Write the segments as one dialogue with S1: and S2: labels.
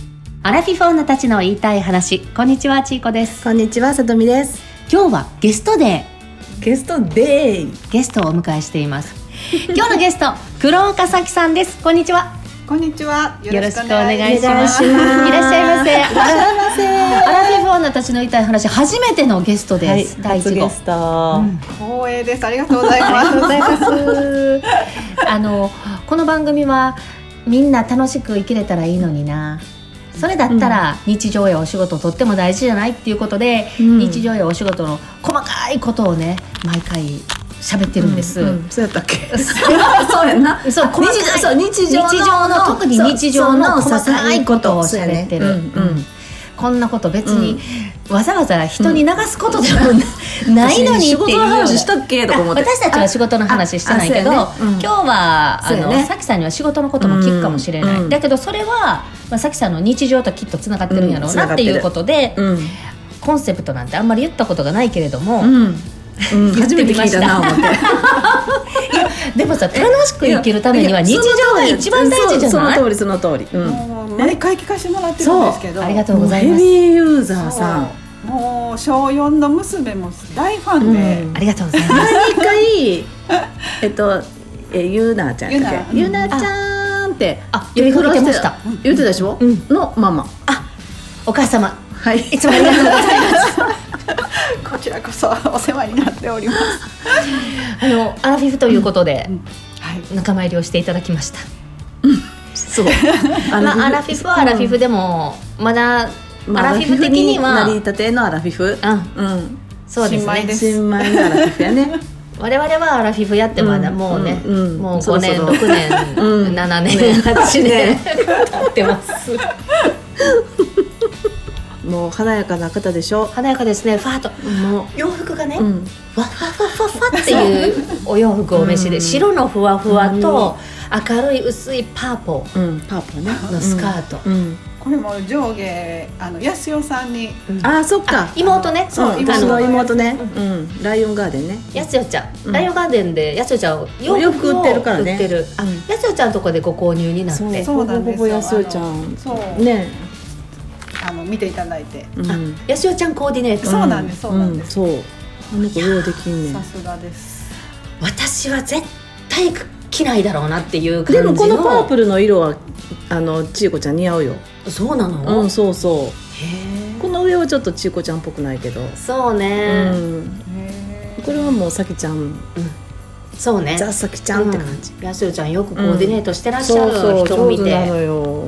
S1: フィフォーナたちの言いたい話こんにちはちいこです
S2: こんにちは、さとみです。
S1: 今日はゲストで
S2: ゲストデイ。
S1: ゲストをお迎えしています 今日のゲスト黒岡咲さんですこんにちは
S3: こんにちは。
S1: よろしくお願いし
S2: お願
S1: ま
S2: い
S1: す
S2: し
S1: い
S2: ます
S1: らっしゃいませ
S2: いらっしゃい
S1: アラフィフォーナたちの言いたい話初めてのゲストです、
S2: はい、
S1: 第
S2: 初
S1: 一
S2: ゲ
S1: 号
S2: スト。
S3: 光栄です。ありがとうござい
S2: ありがとうご
S3: ま
S2: ざいます。
S1: あのこの番組はみんな楽しく生きれたらいいのになそれだったら日常やお仕事をとっても大事じゃないっていうことで、
S2: うん
S1: 日常やお仕事の細かいことをね毎回喋ってるんです、
S2: うん うんそうやったっけ。
S3: そうやな。
S1: そう細かい
S2: そう日常の
S1: 日常の特に日常の
S2: そう
S1: 細かいことを喋ってる、
S2: そうやねうんうん
S1: こんなこと別に、わざわざ人に流すことでもなないのにっていう
S2: 仕事の話したっけとか思って。
S1: 私たちは仕事の話してないけど、
S2: ああそうやねう
S1: 今
S2: ん
S1: 日はあ
S2: そうや
S1: の、
S2: ね
S1: さきさんには仕事のことも聞くかもしれない、
S2: うん
S1: だけどそれは、まあ、さきさんの日常ときっとつながってるんやろうなっていうことで、
S2: うん。
S1: コンセプトなんてあんまり言ったことがないけれども、
S2: うん。うん、
S1: やっ
S2: 初
S1: て
S2: めて
S1: みま
S2: 聞い
S1: した
S2: たな思って
S1: でもさ楽しく生きるためにはい日
S2: や
S1: 常が一番大事じゃ
S2: その
S1: ない
S2: 通りその通りその通り、うん、
S3: もう毎回聞かせてもらってるんですけど。
S1: ありが
S3: う。
S1: とうございま
S2: もう
S1: す
S2: ヘビーユーザーさん
S3: もう小四の娘も大ファンで、
S2: うん
S1: ありがとうございます
S2: 毎回えっとえゆうなちゃんやったっけ
S3: ゆ
S2: ゆ
S3: う
S2: う
S3: な
S2: なちゃんって
S1: あ呼びかけてました
S2: 言ってたでしょ、
S1: うん
S2: のママ
S1: お母様
S2: はい
S1: い つもありがとうございます
S3: こちらこそお世話になっております。
S1: あのアラフィフということで、
S3: はい。
S1: 仲間入りをしていただきました
S2: そうア
S1: まあ、アラフィフはアラフィフでも、まだ、アラフィフ的には
S2: なりたてのアラフィフ
S1: うん
S2: うん
S1: そうです
S3: 新米
S1: ね
S3: で
S2: 新米のアラフィフやね
S1: 我々はアラフィフやってまだ
S2: うん
S1: もうね、
S2: うんうん
S1: もう5
S2: そろそ
S1: 年6
S2: ろ
S1: 年
S2: うん
S1: 7年8年経ってます
S2: もう華やかな方でしょ
S1: 華やかですねファーと
S2: も
S1: 洋服がね、
S2: う、うん、
S1: わファファファファっていうお洋服をお召しで、
S2: うん
S1: 白のふわふわと明るい薄いパーポ
S2: うん、パープルね
S1: のスカート、
S2: うん、うん
S3: これも上下あの安代さんに。
S2: あーそっ
S1: あ
S2: か
S1: 妹ね
S3: そう
S2: うん、
S3: 妹
S2: 私の
S1: あの
S2: 妹ね、うん、ライオンガーデンね
S1: やすよちゃん、
S2: うん
S1: ライオンガーデンでやすよちゃんを洋服を
S2: お洋服売ってるからね
S1: 売ってるあ
S2: うん
S1: やすよちゃんのとこでご購入になって
S2: そう
S3: そうなん
S2: ほぼほ
S3: ですよ。
S2: ぼ安代ちゃん
S3: そう。
S2: ね
S3: あの見ていただいて。
S2: え、うん、
S1: やすよちゃんコーディネート、
S3: そうなんですそうなんです
S2: うんそうあの子ようできんねん
S3: さすがです。
S1: 私は絶対着ないだろうなっていう感じ
S2: で
S1: の
S2: もこのパープルの色はあのちいこちゃん似合うよ
S1: そうなの、
S2: う
S1: へ
S2: んそうそ
S1: え
S2: うこの上はちょっとちいこちゃんっぽくないけど、
S1: そうね、
S2: うん、これはもうさきちゃん
S1: そうね
S2: ザ・さきちゃんって感じ、
S1: うんやすよちゃんよくコーディネートしてらっしゃ
S2: そうそ
S1: る
S2: う
S1: 人を見
S2: 上手
S1: て、
S2: なのよ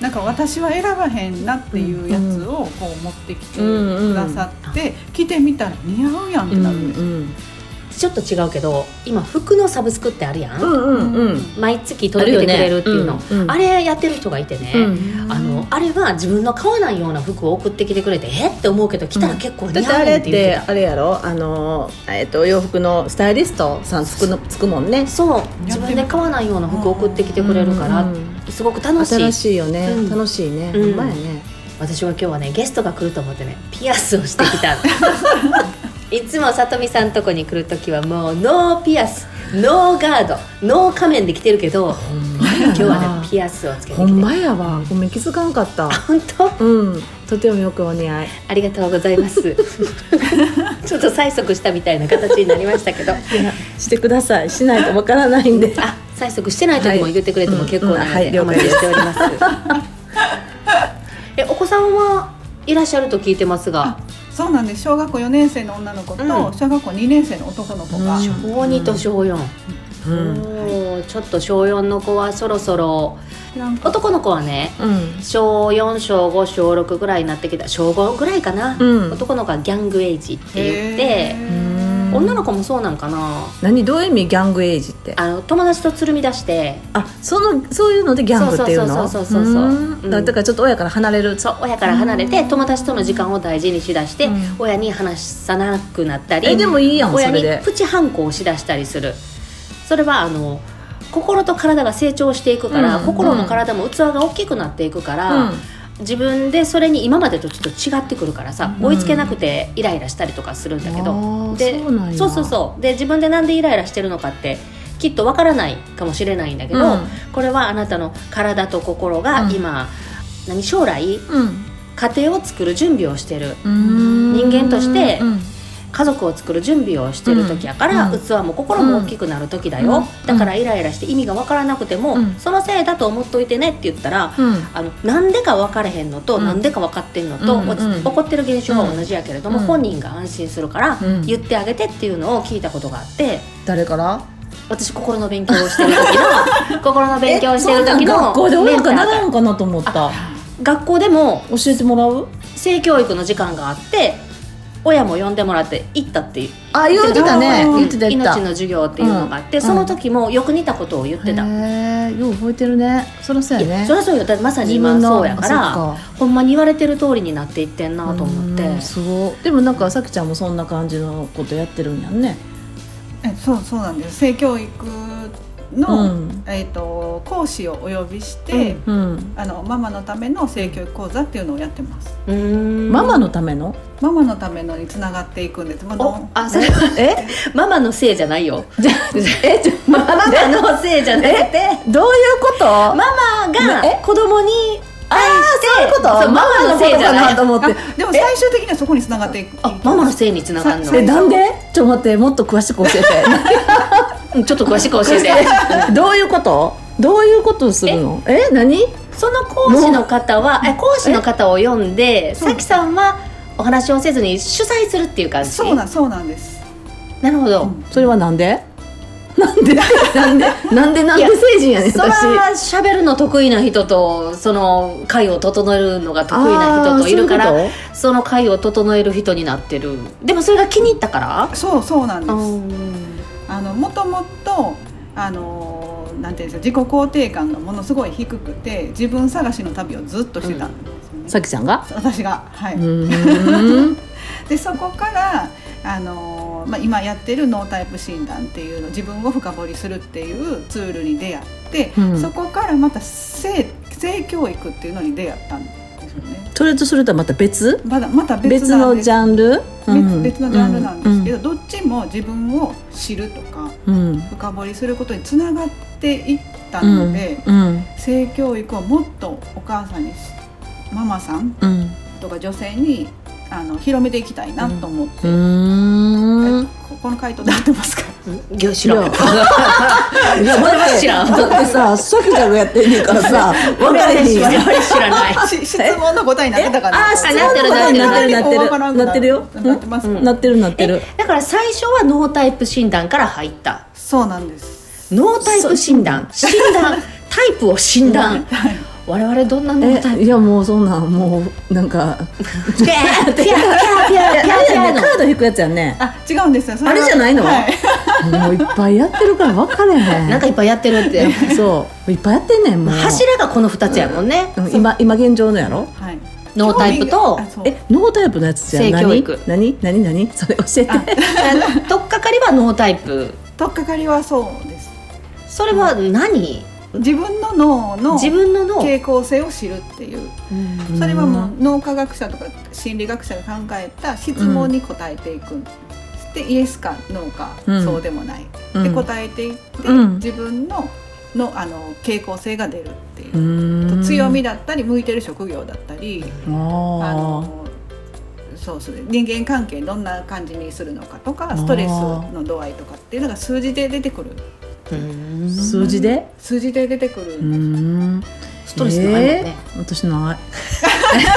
S3: なんか私は選ばへんなっていうやつをこう持ってきてくださって着てみたら似合うやんっ
S2: う
S3: て
S2: んう
S3: なるんですよ
S2: ん
S1: ちょっと違うけど今服のサブスクってあるやん、
S2: うんうん
S1: 毎月届けてくれるっていうのあ,、
S2: あるよねうんうん
S1: れやってる人がいてね、
S2: うん
S1: あのあれは自分の買わないような服を送ってきてくれてえって思うけど着たら結構
S2: だ
S1: 似
S2: って
S1: 合
S2: あ
S1: う
S2: れ
S1: ねん
S2: っ
S1: って言って
S2: て
S1: た、
S2: あれやろあの、えっと洋服のスタイリストさんつくのつくもんね
S1: そう自分で買わないような服を送ってきてくれるから、
S2: うんうん
S1: すごく楽しい
S2: 新しいよね、
S1: うん
S2: 楽しいね、
S1: うん
S2: ほんまやね
S1: 私は今日はねゲストが来ると思ってねピアスをしてき たのいつもさとみさんとこに来る時はもうノーピアスノーガードノー仮面で来てるけど今日はねピアスをつけてきて
S2: ほんまやわごめん気づかんかった
S1: 本当
S2: うんとてもよくお似合い
S1: ありがとうございます ちょっと催促したみたいな形になりましたけど
S2: してくださいしないとわからないんで
S1: あ催促してない時も言ってくれても結構なの
S2: はいうん
S1: で
S2: う
S1: お
S2: んは
S1: 待
S2: い
S1: ちしておりますえお子さんはいらっしゃると聞いてますが
S3: そうなんです小学校4年生の女の子と
S1: うん
S3: 小学校2年生の男の子が、
S2: うん
S1: 小2と小4、
S2: うん
S1: おーちょっと小4の子はそろそろ
S3: なんか
S1: 男の子はね
S2: うん
S1: 小4小5小6ぐらいになってきた小5ぐらいかな、
S2: うん
S1: 男の子はギャングエイジって言って
S3: へー
S1: 女の子もそうなんかな
S2: 何どういう意味ギャングエイジってあ
S1: あの友達とつるみ出して
S2: そのそういうのでギャングっていうの
S1: そうそうそうそうそうそうん
S2: だだからちょっと親から離れる
S1: そう親から離れて友達との時間を大事にしだして、
S2: うん
S1: 親に話さなくなったり
S2: えでもいいやんそ
S1: 親
S2: れ
S1: に
S2: で
S1: プチ反抗をしだしたりするそれはあの心と体が成長していくから、
S2: うん
S1: 心も体も器が大きくなっていくから、
S2: うん
S1: 自分でそれに今までとちょっと違ってくるからさ、
S2: うん
S1: 追いつけなくてイライラしたりとかするんだけ
S2: あ
S1: ど
S2: ー
S1: で
S2: そうなんや
S1: そうそうそうで自分でなんでイライラしてるのかってきっとわからないかもしれないんだけど、
S2: うん
S1: これはあなたの体と心が
S2: うん
S1: 今、何将来
S2: うん
S1: 家庭を作る準備をしてる
S2: うん
S1: 人間として
S2: うん
S1: 家族を作る準備をしてる時やから、
S2: うん
S1: 器も心も大きくなる時だよ、
S2: うん
S1: だからイライラして意味がわからなくても、
S2: うん
S1: そのせいだと思っといてねって言ったら、
S2: うん
S1: あのなんでか分かれへんのと
S2: うん
S1: な、んでか分かってんのと、
S2: うん
S1: 落ち
S2: うん
S1: 起こってる現象は同じやけれども、
S2: うん
S1: 本人が安心するから
S2: うん
S1: 言ってあげてっていうのを聞いたことがあって
S2: 誰から
S1: 私心の勉強をしてる時 の心の勉強をしてる時
S2: えそんなん
S1: の
S2: 学校で
S1: メ
S2: 親
S1: ンタ
S2: か
S1: ー
S2: な
S1: が
S2: らんかなと思った
S1: 学校でも
S2: 教えてもらう
S1: 性教育の時間があって親も呼んでもらって行ったっていう
S2: あ言ってたね
S3: うん
S2: 言ってた言ってた
S1: 命の授業っていうのがあって、
S2: うん
S1: その時もよく似たことを言ってた、
S2: へえよう覚えてるねそりゃそうや
S1: いや
S2: ね
S1: そりゃそうよだってまさに今そうやから
S2: あそっ
S1: ほんまに言われてる通りになっていってんなと思って
S2: うんすごいでもなんかさきちゃんもそんな感じのことやってるんやんね
S3: えそうそうなんです性教育の、
S2: うん
S3: えー、と講師をお呼びして、
S2: うん
S3: あのママのための性教育講座っていうのをやってます
S1: うーん
S2: ママのための
S3: ママのためのにつながっていくんですまだ
S1: おあそれ
S2: え
S1: ママのせいじゃないよ
S2: じゃえちょ
S1: ママのせいじゃなくて
S2: どういうこと
S1: ママが
S2: え
S1: 子供に愛して
S2: そういうこと
S1: そうママのせいじゃない
S2: ママのことかなと思って
S3: でも最終的にはそこにつながっていく
S1: あママのせいにつながるの
S2: えなんでちょっと待ってもっと詳しく教えて
S1: うんちょっと詳しく教えて
S2: どういうことどういうことをするのえ何
S1: その講師の方はえ講師の方を読んでさきさんはお話をせずに主催するっていう感じ
S3: そうなんそうなんです
S1: なるほど、
S3: うん
S2: それはなんでなんでなんでなんでなんで成人やねん
S1: そ
S2: 私
S1: ら喋るの得意な人とその会を整えるのが得意な人といるから
S2: あー
S1: そ
S2: そういうこ
S1: の会を整える人になってるでもそれが気に入ったから
S3: そうそうなんです
S1: うん
S3: あのもともとあのーなんていうんですか自己肯定感がものすごい低くて自分探しの旅をずっとしてたんですよね
S2: と、さきちゃんが
S3: 私がは
S2: う
S3: い、
S2: ーん
S3: でそこからあのー、まあ、今やってる脳タイプ診断っていうの自分を深掘りするっていうツールに出会って、
S2: うん
S3: そこからまた性性教育っていうのに出会ったんですよね
S2: それとそれとはまた別
S3: まだまた別
S2: 別
S3: なん
S2: の
S3: で
S2: ジ
S3: す
S2: ャンルうん
S3: 別別のジャンルなんですけど、
S2: う
S3: どっちも自分を知るとか
S2: うん
S3: 深掘りすることにつながっていったので、
S2: うん
S3: 性教育をもっとお母さんにしママさん
S2: うん
S3: とか女性にあの広めていきたいなと思って、
S2: うんうーん
S3: えここの回答で合ってますか
S1: いや知らん
S2: いやいやだって
S1: 知らん
S2: だってささきちゃんがやってんねんからさ分かれへんやん
S1: やっぱり知らない
S3: し質問の答えになってたか
S2: え
S3: な
S2: あ
S1: 質問の答えになってる
S2: なってる
S3: わからんく
S2: なってるよ
S3: なってます、
S1: うん
S2: なってるなって
S1: え
S2: る
S1: だから最初はノータイプ診断から入った
S3: そうなんです
S1: ノータイプ診断診断タイプを診断我々どんなノータイ
S2: えいやもうそんなんもうなんか
S1: プピャーピャーピャーピャーピャーピャーの
S2: カード引くやつやんね
S3: あ違うんですよそは
S2: あれじゃないの
S3: はい、
S2: もういっぱいやってるから分かれへん
S1: なんかいっぱいやってるって
S2: そういっぱいやってんねんもう
S1: 柱がこの2つやもんね
S2: うん今今現状のやろ
S3: はい、
S1: ノータイプと
S3: あそう
S2: えノータイプのやつじゃん
S1: 性教育
S2: 何何何何それ教えて
S1: あの取っかかりはノータイプ
S3: とっかかりはそうです
S1: それは何
S3: 自分の脳の
S1: 自分の脳
S3: 傾向性を知るっていう
S2: うん
S3: それはもう脳科学者とか心理学者が考えた質問に答えていくんです、でイエスかノーか、
S2: うん
S3: そうでもない、
S2: うん
S3: で答えていって、
S2: うん
S3: 自分ののあの傾向性が出るっていうう、
S2: ん
S3: 強みだったり向いてる職業だったり、
S2: あ
S3: あのそうする人間関係どんな感じにするのかとかストレスの度合いとかっていうのが数字で出てくる
S1: うん
S2: ー数字で
S3: 数字で出てくる、
S2: うん
S1: ストレスないもんね、
S2: えー私ない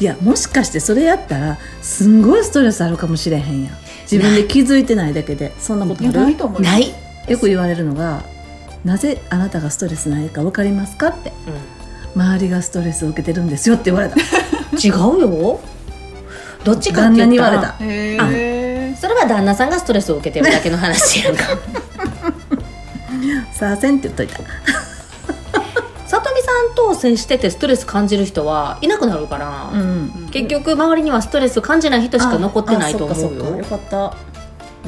S2: いやもしかしてそれやったらすんごいストレスあるかもしれへんやん自分で気づいてないだけでそんなこと
S3: いや
S2: あ
S3: ない
S2: る
S3: と思う
S1: ない、
S2: よく言われるのがなぜあなたがストレスないかわかりますかって周りがストレスを受けてるんですよって言われた
S1: 違うよどっちかっ
S2: 旦
S1: て
S2: 那
S1: 言
S2: に
S1: っ
S2: 言わ
S1: た
S2: れ
S1: ら
S2: た
S3: へ
S1: あ
S3: え
S1: それは旦那さんがストレスを受けてるだけの話 やんか
S2: さあせんって言っといた
S1: さとみさんと接しててストレス感じる人はいなくなるから、
S2: ん
S1: 結局周りにはストレス感じない人しか残ってないと思うよ、
S2: よかった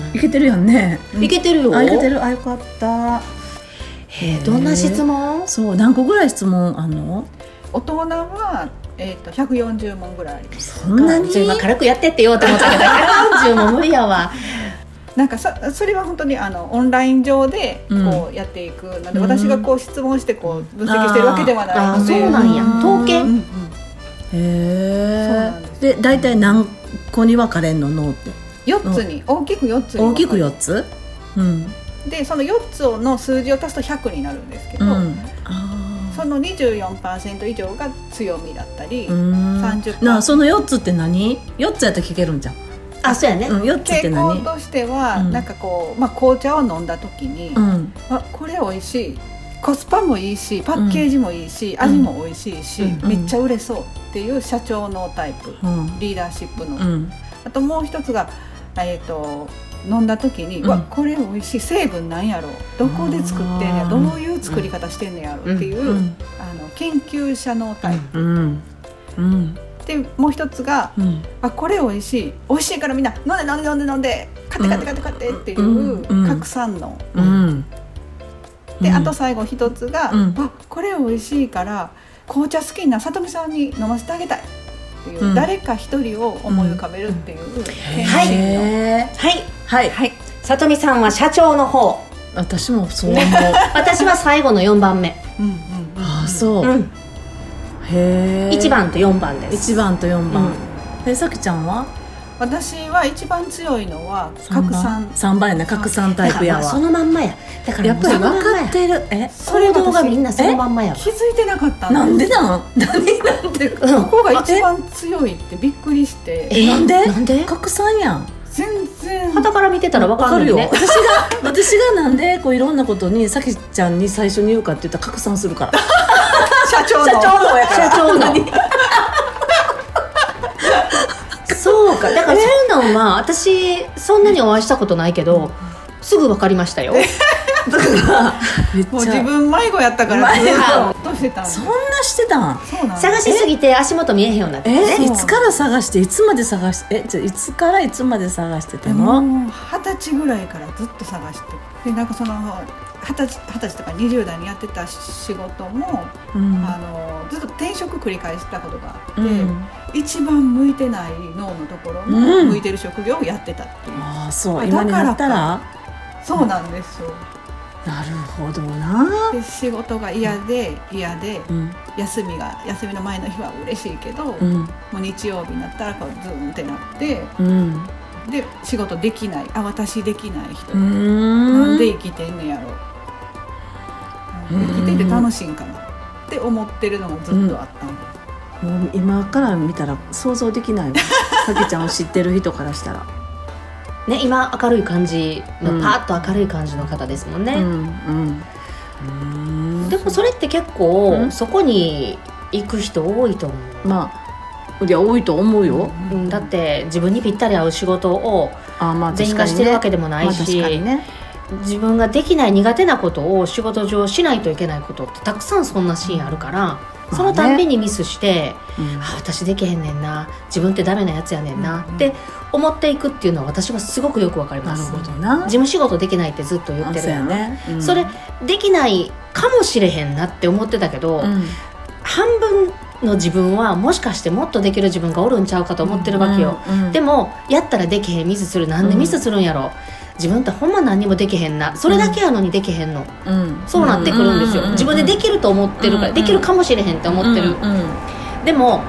S1: うん
S2: いけてるやんね
S1: いけてるよ
S2: あいけてるあよかった
S1: へーどんな質問
S2: そう何個ぐらい質問あんの
S3: 大人は、えー、と140問ぐらいあります
S2: そんなに
S1: ちょ今軽くやってってようと思ったけど140も無理やわ
S3: なんかさそれは本当にあのオンライン上で
S2: うん
S3: こうやっていくので、
S2: うん
S3: 私がこう質問してこう分析してるわけではな
S1: あー
S3: いので
S1: そうなんや
S2: うん
S1: 統計
S3: うんうん
S2: へ
S3: そうなん
S2: え
S3: です
S2: で大体何個に分かれんの脳って
S3: 4つに大きく4つに分かれて
S2: 大きく4つうん
S3: でその4つの数字を足すと100になるんですけ
S2: う
S3: ど、
S2: んあ
S3: その24%以上が強みだったり、
S2: ーうん
S3: 30
S2: なあその4つって何 ?4 つやったら聞けるんじゃん、
S1: あそうやね、
S2: うん、4つって
S3: 傾
S2: 何
S3: 向としては、
S2: うん
S3: なんかこう、まあ、紅茶を飲んだ時に、
S2: うん
S3: あこれ美味しいコスパもいいしパッケージもいいし、味も美味しいし、
S2: うん
S3: めっちゃ売れそうっていう社長のタイプ
S2: うん
S3: リーダーシップの、
S2: うん
S3: あともう一つが、えー、と飲んだ時に、
S2: う
S3: うんわこれ美味しい成分なんやろどこで作ってんね
S2: あ
S3: や
S2: ー
S3: どういう作り方してんねやろっていう、
S2: うん
S3: あの研究者のタイプ、
S2: うんうん
S3: でもう一つが
S2: うん
S3: あこれ美味しい美味しいからみんな飲んで飲んで飲んで飲んで買って買って買って買ってってい
S2: うんうん
S3: う拡散能、
S2: うん
S3: であと最後一つが、
S2: うん
S3: あこれ美味しいから紅茶好きなさとみさんに飲ませてあげたいっていう、
S2: うん
S3: 誰か一人を思い浮かべるっていう、
S1: はい
S2: へー
S1: はい
S2: はい
S3: はい
S1: さとみさんは社長の方
S2: 私もそう思う
S1: 私は最後の4番目、、
S3: うんうんうん
S2: ああそううんへえ
S1: 1番と4番です
S2: 一番と4
S1: う
S2: 番
S1: ん
S2: えさきちゃんは
S3: 私は一番強いのは
S2: 三
S3: 拡
S2: 番
S3: 散
S2: 三番やな拡散タ
S1: だ
S2: イ
S1: か
S2: プ
S1: ら
S2: や
S1: まあ
S2: わ
S1: そのまんまやだから
S2: やっぱり
S1: その
S2: 分
S1: まんま
S2: か
S1: や
S2: ってるえ
S1: 行動がみんなそのまんまやわ
S3: 気づいてなかった
S2: なんで
S3: だ
S2: なん何なんで
S1: うん
S3: ここが一番強いってびっくりして
S1: え
S2: なんで
S1: なんで
S2: 拡散やん
S3: 全然
S1: 肌から見てたらわかるよね
S2: 私が私がなんでこういろんなことにさきちゃんに最初に言うかって言ったら拡散するから
S3: 社長の
S2: のや
S1: 社長の そうかだからそういうのは私そんなにお会いしたことないけどすぐ分かりましたよ
S2: めっ
S3: もう
S2: ち
S3: 自
S2: ゃ
S3: 分迷子やったからず
S1: 迷子
S3: っとしてたんで
S2: そ
S3: そ
S2: んなしてたん
S3: うなんです
S1: 探しすぎて足元見えへんようになってる
S2: え
S1: ね
S2: いつから探していつまで探してえじゃあいつからいつまで探してたの、
S3: もう二十歳ぐらいからずっと探してでなんかその二十歳二十歳とか20代にやってた仕事も、
S2: うん
S3: あのずっと転職繰り返してたことがあって、
S2: うん
S3: 一番向いてない脳のところの
S2: うん
S3: 向いてる職業をやってたっていう、
S2: ああそう
S3: あ
S2: 今に
S3: だから
S2: なったら
S3: そうなんですよ
S2: なるほどな、
S3: で仕事が嫌で嫌で
S2: うん
S3: 休みが休みの前の日は嬉しいけど、
S2: う
S3: も
S2: ん
S3: う日曜日になったらこうズーンってなって
S2: うん
S3: で仕事できないあ私できない人、
S2: うーん
S3: なんで生きてんねやろ
S2: うん
S3: 生きてて楽しいんかなって思ってるのもずっとあったんで
S2: もう今から見たら想像できないわさきちゃんを知ってる人からしたら
S1: ね今明るい感じ
S2: う
S1: の
S2: ん
S1: パーッと明るい感じの方ですもん
S2: う
S1: ね、
S2: んうんうーん
S1: でもそれって結
S2: う
S1: 構
S2: ん
S1: そこに行く人多いと思う、
S2: まあいや多いと思うよ、
S1: うんだって自分にぴったり合う仕事を
S2: ああまあ
S1: 全
S2: 確か
S1: 化し
S2: に
S1: て
S2: ね
S1: るわけでもないし、
S2: まあ確かにね
S1: 自分ができない苦手なことを仕事上しないといけないことってたくさんそんなシーンあるから、
S2: ね
S1: そのたんびにミスして、
S2: うん
S1: あ私できへんねんな自分ってダメなやつやねんな、
S3: うん
S1: って思っていくっていうのは私はすごくよくわかりま
S2: なる
S1: す
S2: ほ
S1: 事
S2: どな
S1: 務仕事できないってずっと言って
S2: あそ
S1: る
S2: う
S1: や
S2: や
S1: ん
S2: ね、うん
S1: それできないかもしれへんなって思ってたけど、
S2: うん
S1: 半分の自分はもしかしてもっとできる自分がおるんちゃうかと思ってるわけよ、
S2: うん
S1: でもやったらできへんミスするなんでミスするんやろ、自分ってほんま何にもできへんなそれだけやのにできへんの、
S2: うん
S1: そうなってくるんですよ、
S2: ううう
S1: 自分でできると思ってるから、
S2: うん
S1: できるかもしれへんって思ってる、
S2: うんうん
S1: でも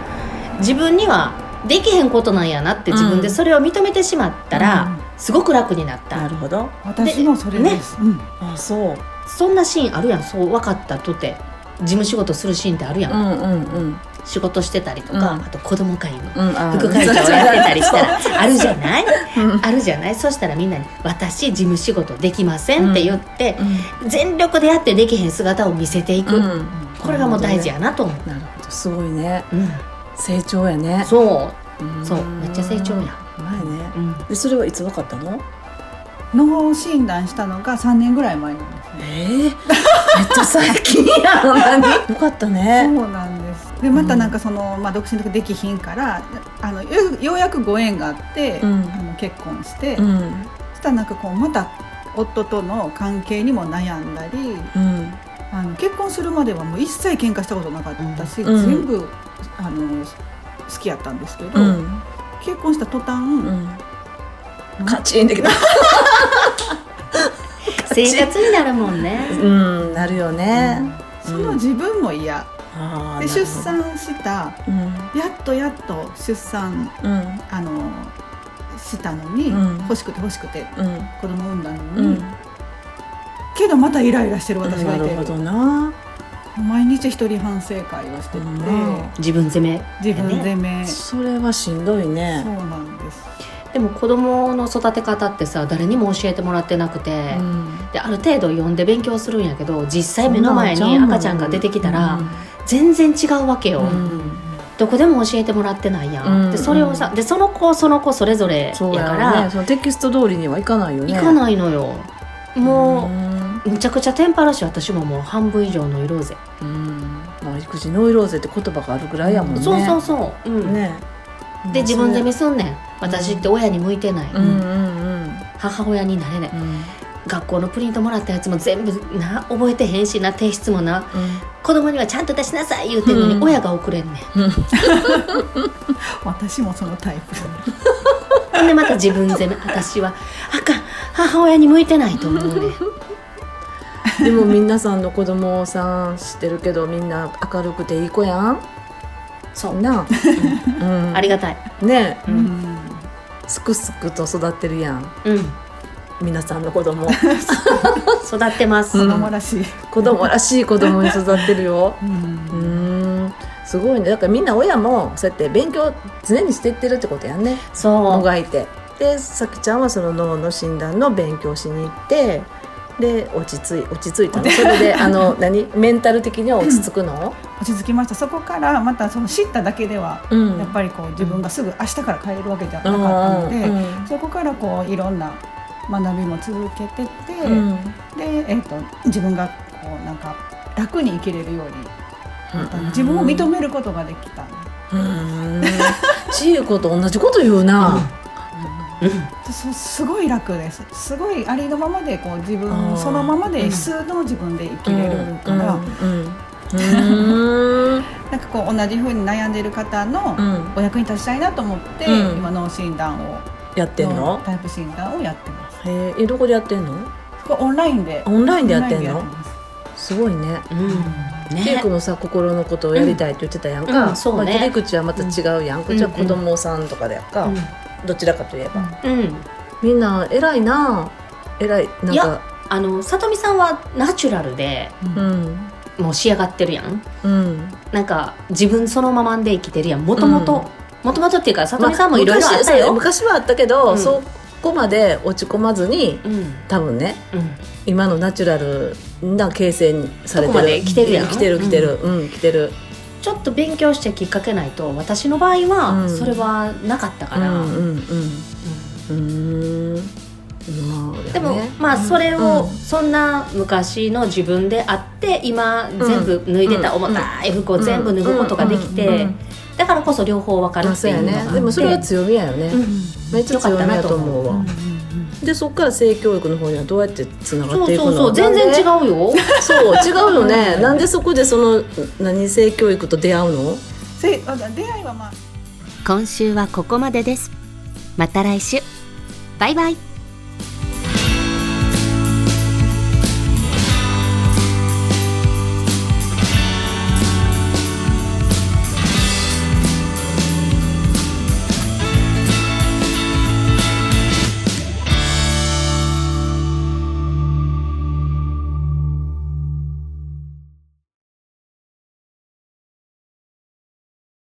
S1: 自分にはできへんことなんやなって自分でそれを認めてしまったら、すごく楽になった、
S2: なるほど
S3: 私もそれです、うん
S2: あそう
S1: そんなシーンあるやんそう分かったとて事務仕事するシーンってあるやん、
S2: うんうんうん
S1: 仕事してたりとか、
S2: うん
S1: あと子供会の
S2: うんあー
S1: 副会長やってたりしたら
S2: そう
S1: あるじゃない
S2: そううん
S1: あるじゃないそしたらみんなに「私事務仕事できません」って言って、
S2: う
S1: 全力でやってできへん姿を見せていく、
S2: んうん
S1: これがもう大事やなと思う、
S2: なるほどすごいね
S1: うん、
S2: 成長やね
S1: そう
S2: うん
S1: そうめっちゃ成長や
S2: うまいね
S1: うん
S2: でそれはいつ分かったの
S3: 脳診断したのが3年ぐらい前なんですね
S2: えー、めっちゃ最近やん何よかったね
S3: そうなんですでまたなんかその、まあ、独身の時できひんからあのよようやくご縁があって、
S2: うん
S3: あの結婚して、
S2: うん
S3: そしたらなんかこうまた夫との関係にも悩んだり
S2: うん
S3: あの結婚するまではもう一切喧嘩したことなかったし、
S2: うん
S3: 全部あの好きやったんですけど、
S2: うん
S3: 結婚した途端、
S2: うんカチンってきた
S1: 生活になるもん ね
S2: うんなるよね、
S3: その自分も嫌
S2: あー
S3: で
S2: なるほ
S3: 出
S2: ど
S3: 産した
S2: うん
S3: やっとやっと出産
S2: うん
S3: あのしたのに、
S2: うん
S3: 欲しくて欲しくて
S2: うん
S3: 子供産んだの
S2: う
S3: に、
S2: ん、
S3: けどまたイライラしてる私が
S2: ない
S3: て
S2: るほどな、
S3: 毎日一人反省会をしてて、
S2: うん
S1: 自分責め
S3: 自分責め、そ
S2: それはしんどいうね
S3: なんです
S1: でも子供の育て方ってさ誰にも教えてもらってなく
S2: う
S1: て、
S2: ん
S1: である程度読んで勉強するんやけど実際目の前に赤ちゃんが出てきたら、全然違うわけよ、
S2: うん
S1: どこでも教えてもらってないやん、
S2: うん
S1: でそれをさでその子その子それぞれ
S2: そう
S1: や
S2: や
S1: か
S2: から、
S1: ら
S2: ね、そのテキスト通りにはいかないよね
S1: 行かないのよも
S2: うん
S1: うむちゃくちゃテンパるし私ももう半分以上の色ぜ、
S2: うんまあ、育児ノイローゼって言葉があるぐらいやもんね。
S1: そうそうそう、うん
S2: ね。
S1: で自分責め
S2: 見
S1: すんねん私って親に向いてない、
S2: うんうん
S1: 母親になれない、
S2: うん。うん
S1: 学校のプリントもらったやつも全部な覚えてへんしな提出もな子供にはちゃんと出しなさい言うてんの
S2: う
S1: に
S2: ん
S1: 親が遅れんねん、
S3: 私もそのタイプ
S1: ほんでまた自分責め私はあかん母親に向いてないと思うねん
S2: でもみんなさんの子供さん知ってるけどみんな明るくていい子やん。
S1: そう
S2: なあ。うん
S1: ありがたい
S2: ね
S1: う
S3: うんん
S2: すくすくと育ってるやん。
S1: うん
S2: 皆さんの 子供
S1: 育ってます、
S2: う
S3: 子
S2: ん
S3: 供らしい、
S2: 子供らしい子供に育って るよ。
S3: うん
S2: うん。すごいね。だからみんな親もそうやって勉強常にしていってるってことやんね。
S1: そ
S2: も
S1: う
S2: がいてでさきちゃんはその脳の診断の勉強しに行ってで落ち着い落ち着いたのそれであの 何メンタル的には落ち着くの、
S3: 落ち着きましたそこからまたその知っただけでは
S2: うん
S3: やっぱりこう自分がすぐ明日から変えるわけじゃな
S2: うん
S3: かったので、
S2: うん
S3: そこからこういろんな学びも続けてって、
S2: うん
S3: で、えっと自分がこうなんか楽に生きれるようになった自分を認めることができた、
S2: うんちゆこと同じこと言うな、
S3: そすごい楽ですすごいありのままでこう自
S2: あー
S3: 分そのままで素の自分で生き
S2: うん、
S3: れるから、
S2: うんうん
S3: なんかこう同じふうに悩んでる方の
S2: うん
S3: お役に立ちたいなと思って、
S2: うん
S3: 今脳診断を
S2: やってんの
S3: 脳タイプ診断をやってます
S2: へええどこでやってんの
S3: これオンラインで
S2: オンラインでやって
S3: オン
S2: ん
S3: ラインでやっ
S2: の
S3: てます
S2: すごいね
S1: うん
S2: ちゆ
S1: ね
S2: くもさ心のことをやりたいって言ってたやんか、
S1: うんうんそうね
S2: まあ切り口はまた違うやん、こっちは子供さんとかでやんか、どちらかといえば、
S1: うん、うん
S2: みんな偉いな偉いなん
S1: い
S2: か
S1: やあのさとみさんはナチュラルで
S2: うん
S1: もう仕上がってるやん
S2: うん
S1: なんか自分そのままで生きてるやんもとも
S2: うん
S1: ともともとっていうかさとみさんもいろいろあったよ、
S2: まあ昔そうね昔はあったけど、
S1: うん
S2: そこまで落ち込まずに
S1: うん
S2: 多分ね
S1: うん
S2: 今のナチュラルな形成にさ
S1: そ
S2: れてる
S1: こまで来てるやん
S2: 来てる来てるうん、来てる
S1: ちょっと勉強してきっかけないと私の場合
S2: う
S1: は
S2: ん
S1: それはなかったから、
S2: うん
S1: う
S2: う
S1: ん
S2: んうんうーんまあ
S1: でも、
S2: ね
S1: まあそれを
S2: うん
S1: そんな昔の自分であって今全部脱いでた重たい服を全部脱ぐことができてだからこそ両方分かる
S2: あ
S1: って
S2: そう
S1: い
S2: や
S1: うのがあっ
S2: ね
S1: て
S2: でもそれは強みやよね、
S1: うん
S2: めっちゃ強みやと思うわ、
S1: 良かっ
S2: でそこから性教育の方にはどうやってつなが
S1: そ
S2: って
S1: う
S2: いく
S1: そ
S2: の
S1: うそう全然違うよ
S2: そう違うよねなんでそこでその何性教育と出会うの
S3: せあ出会いはまあ
S1: 今週はここまでですまた来週バイバイ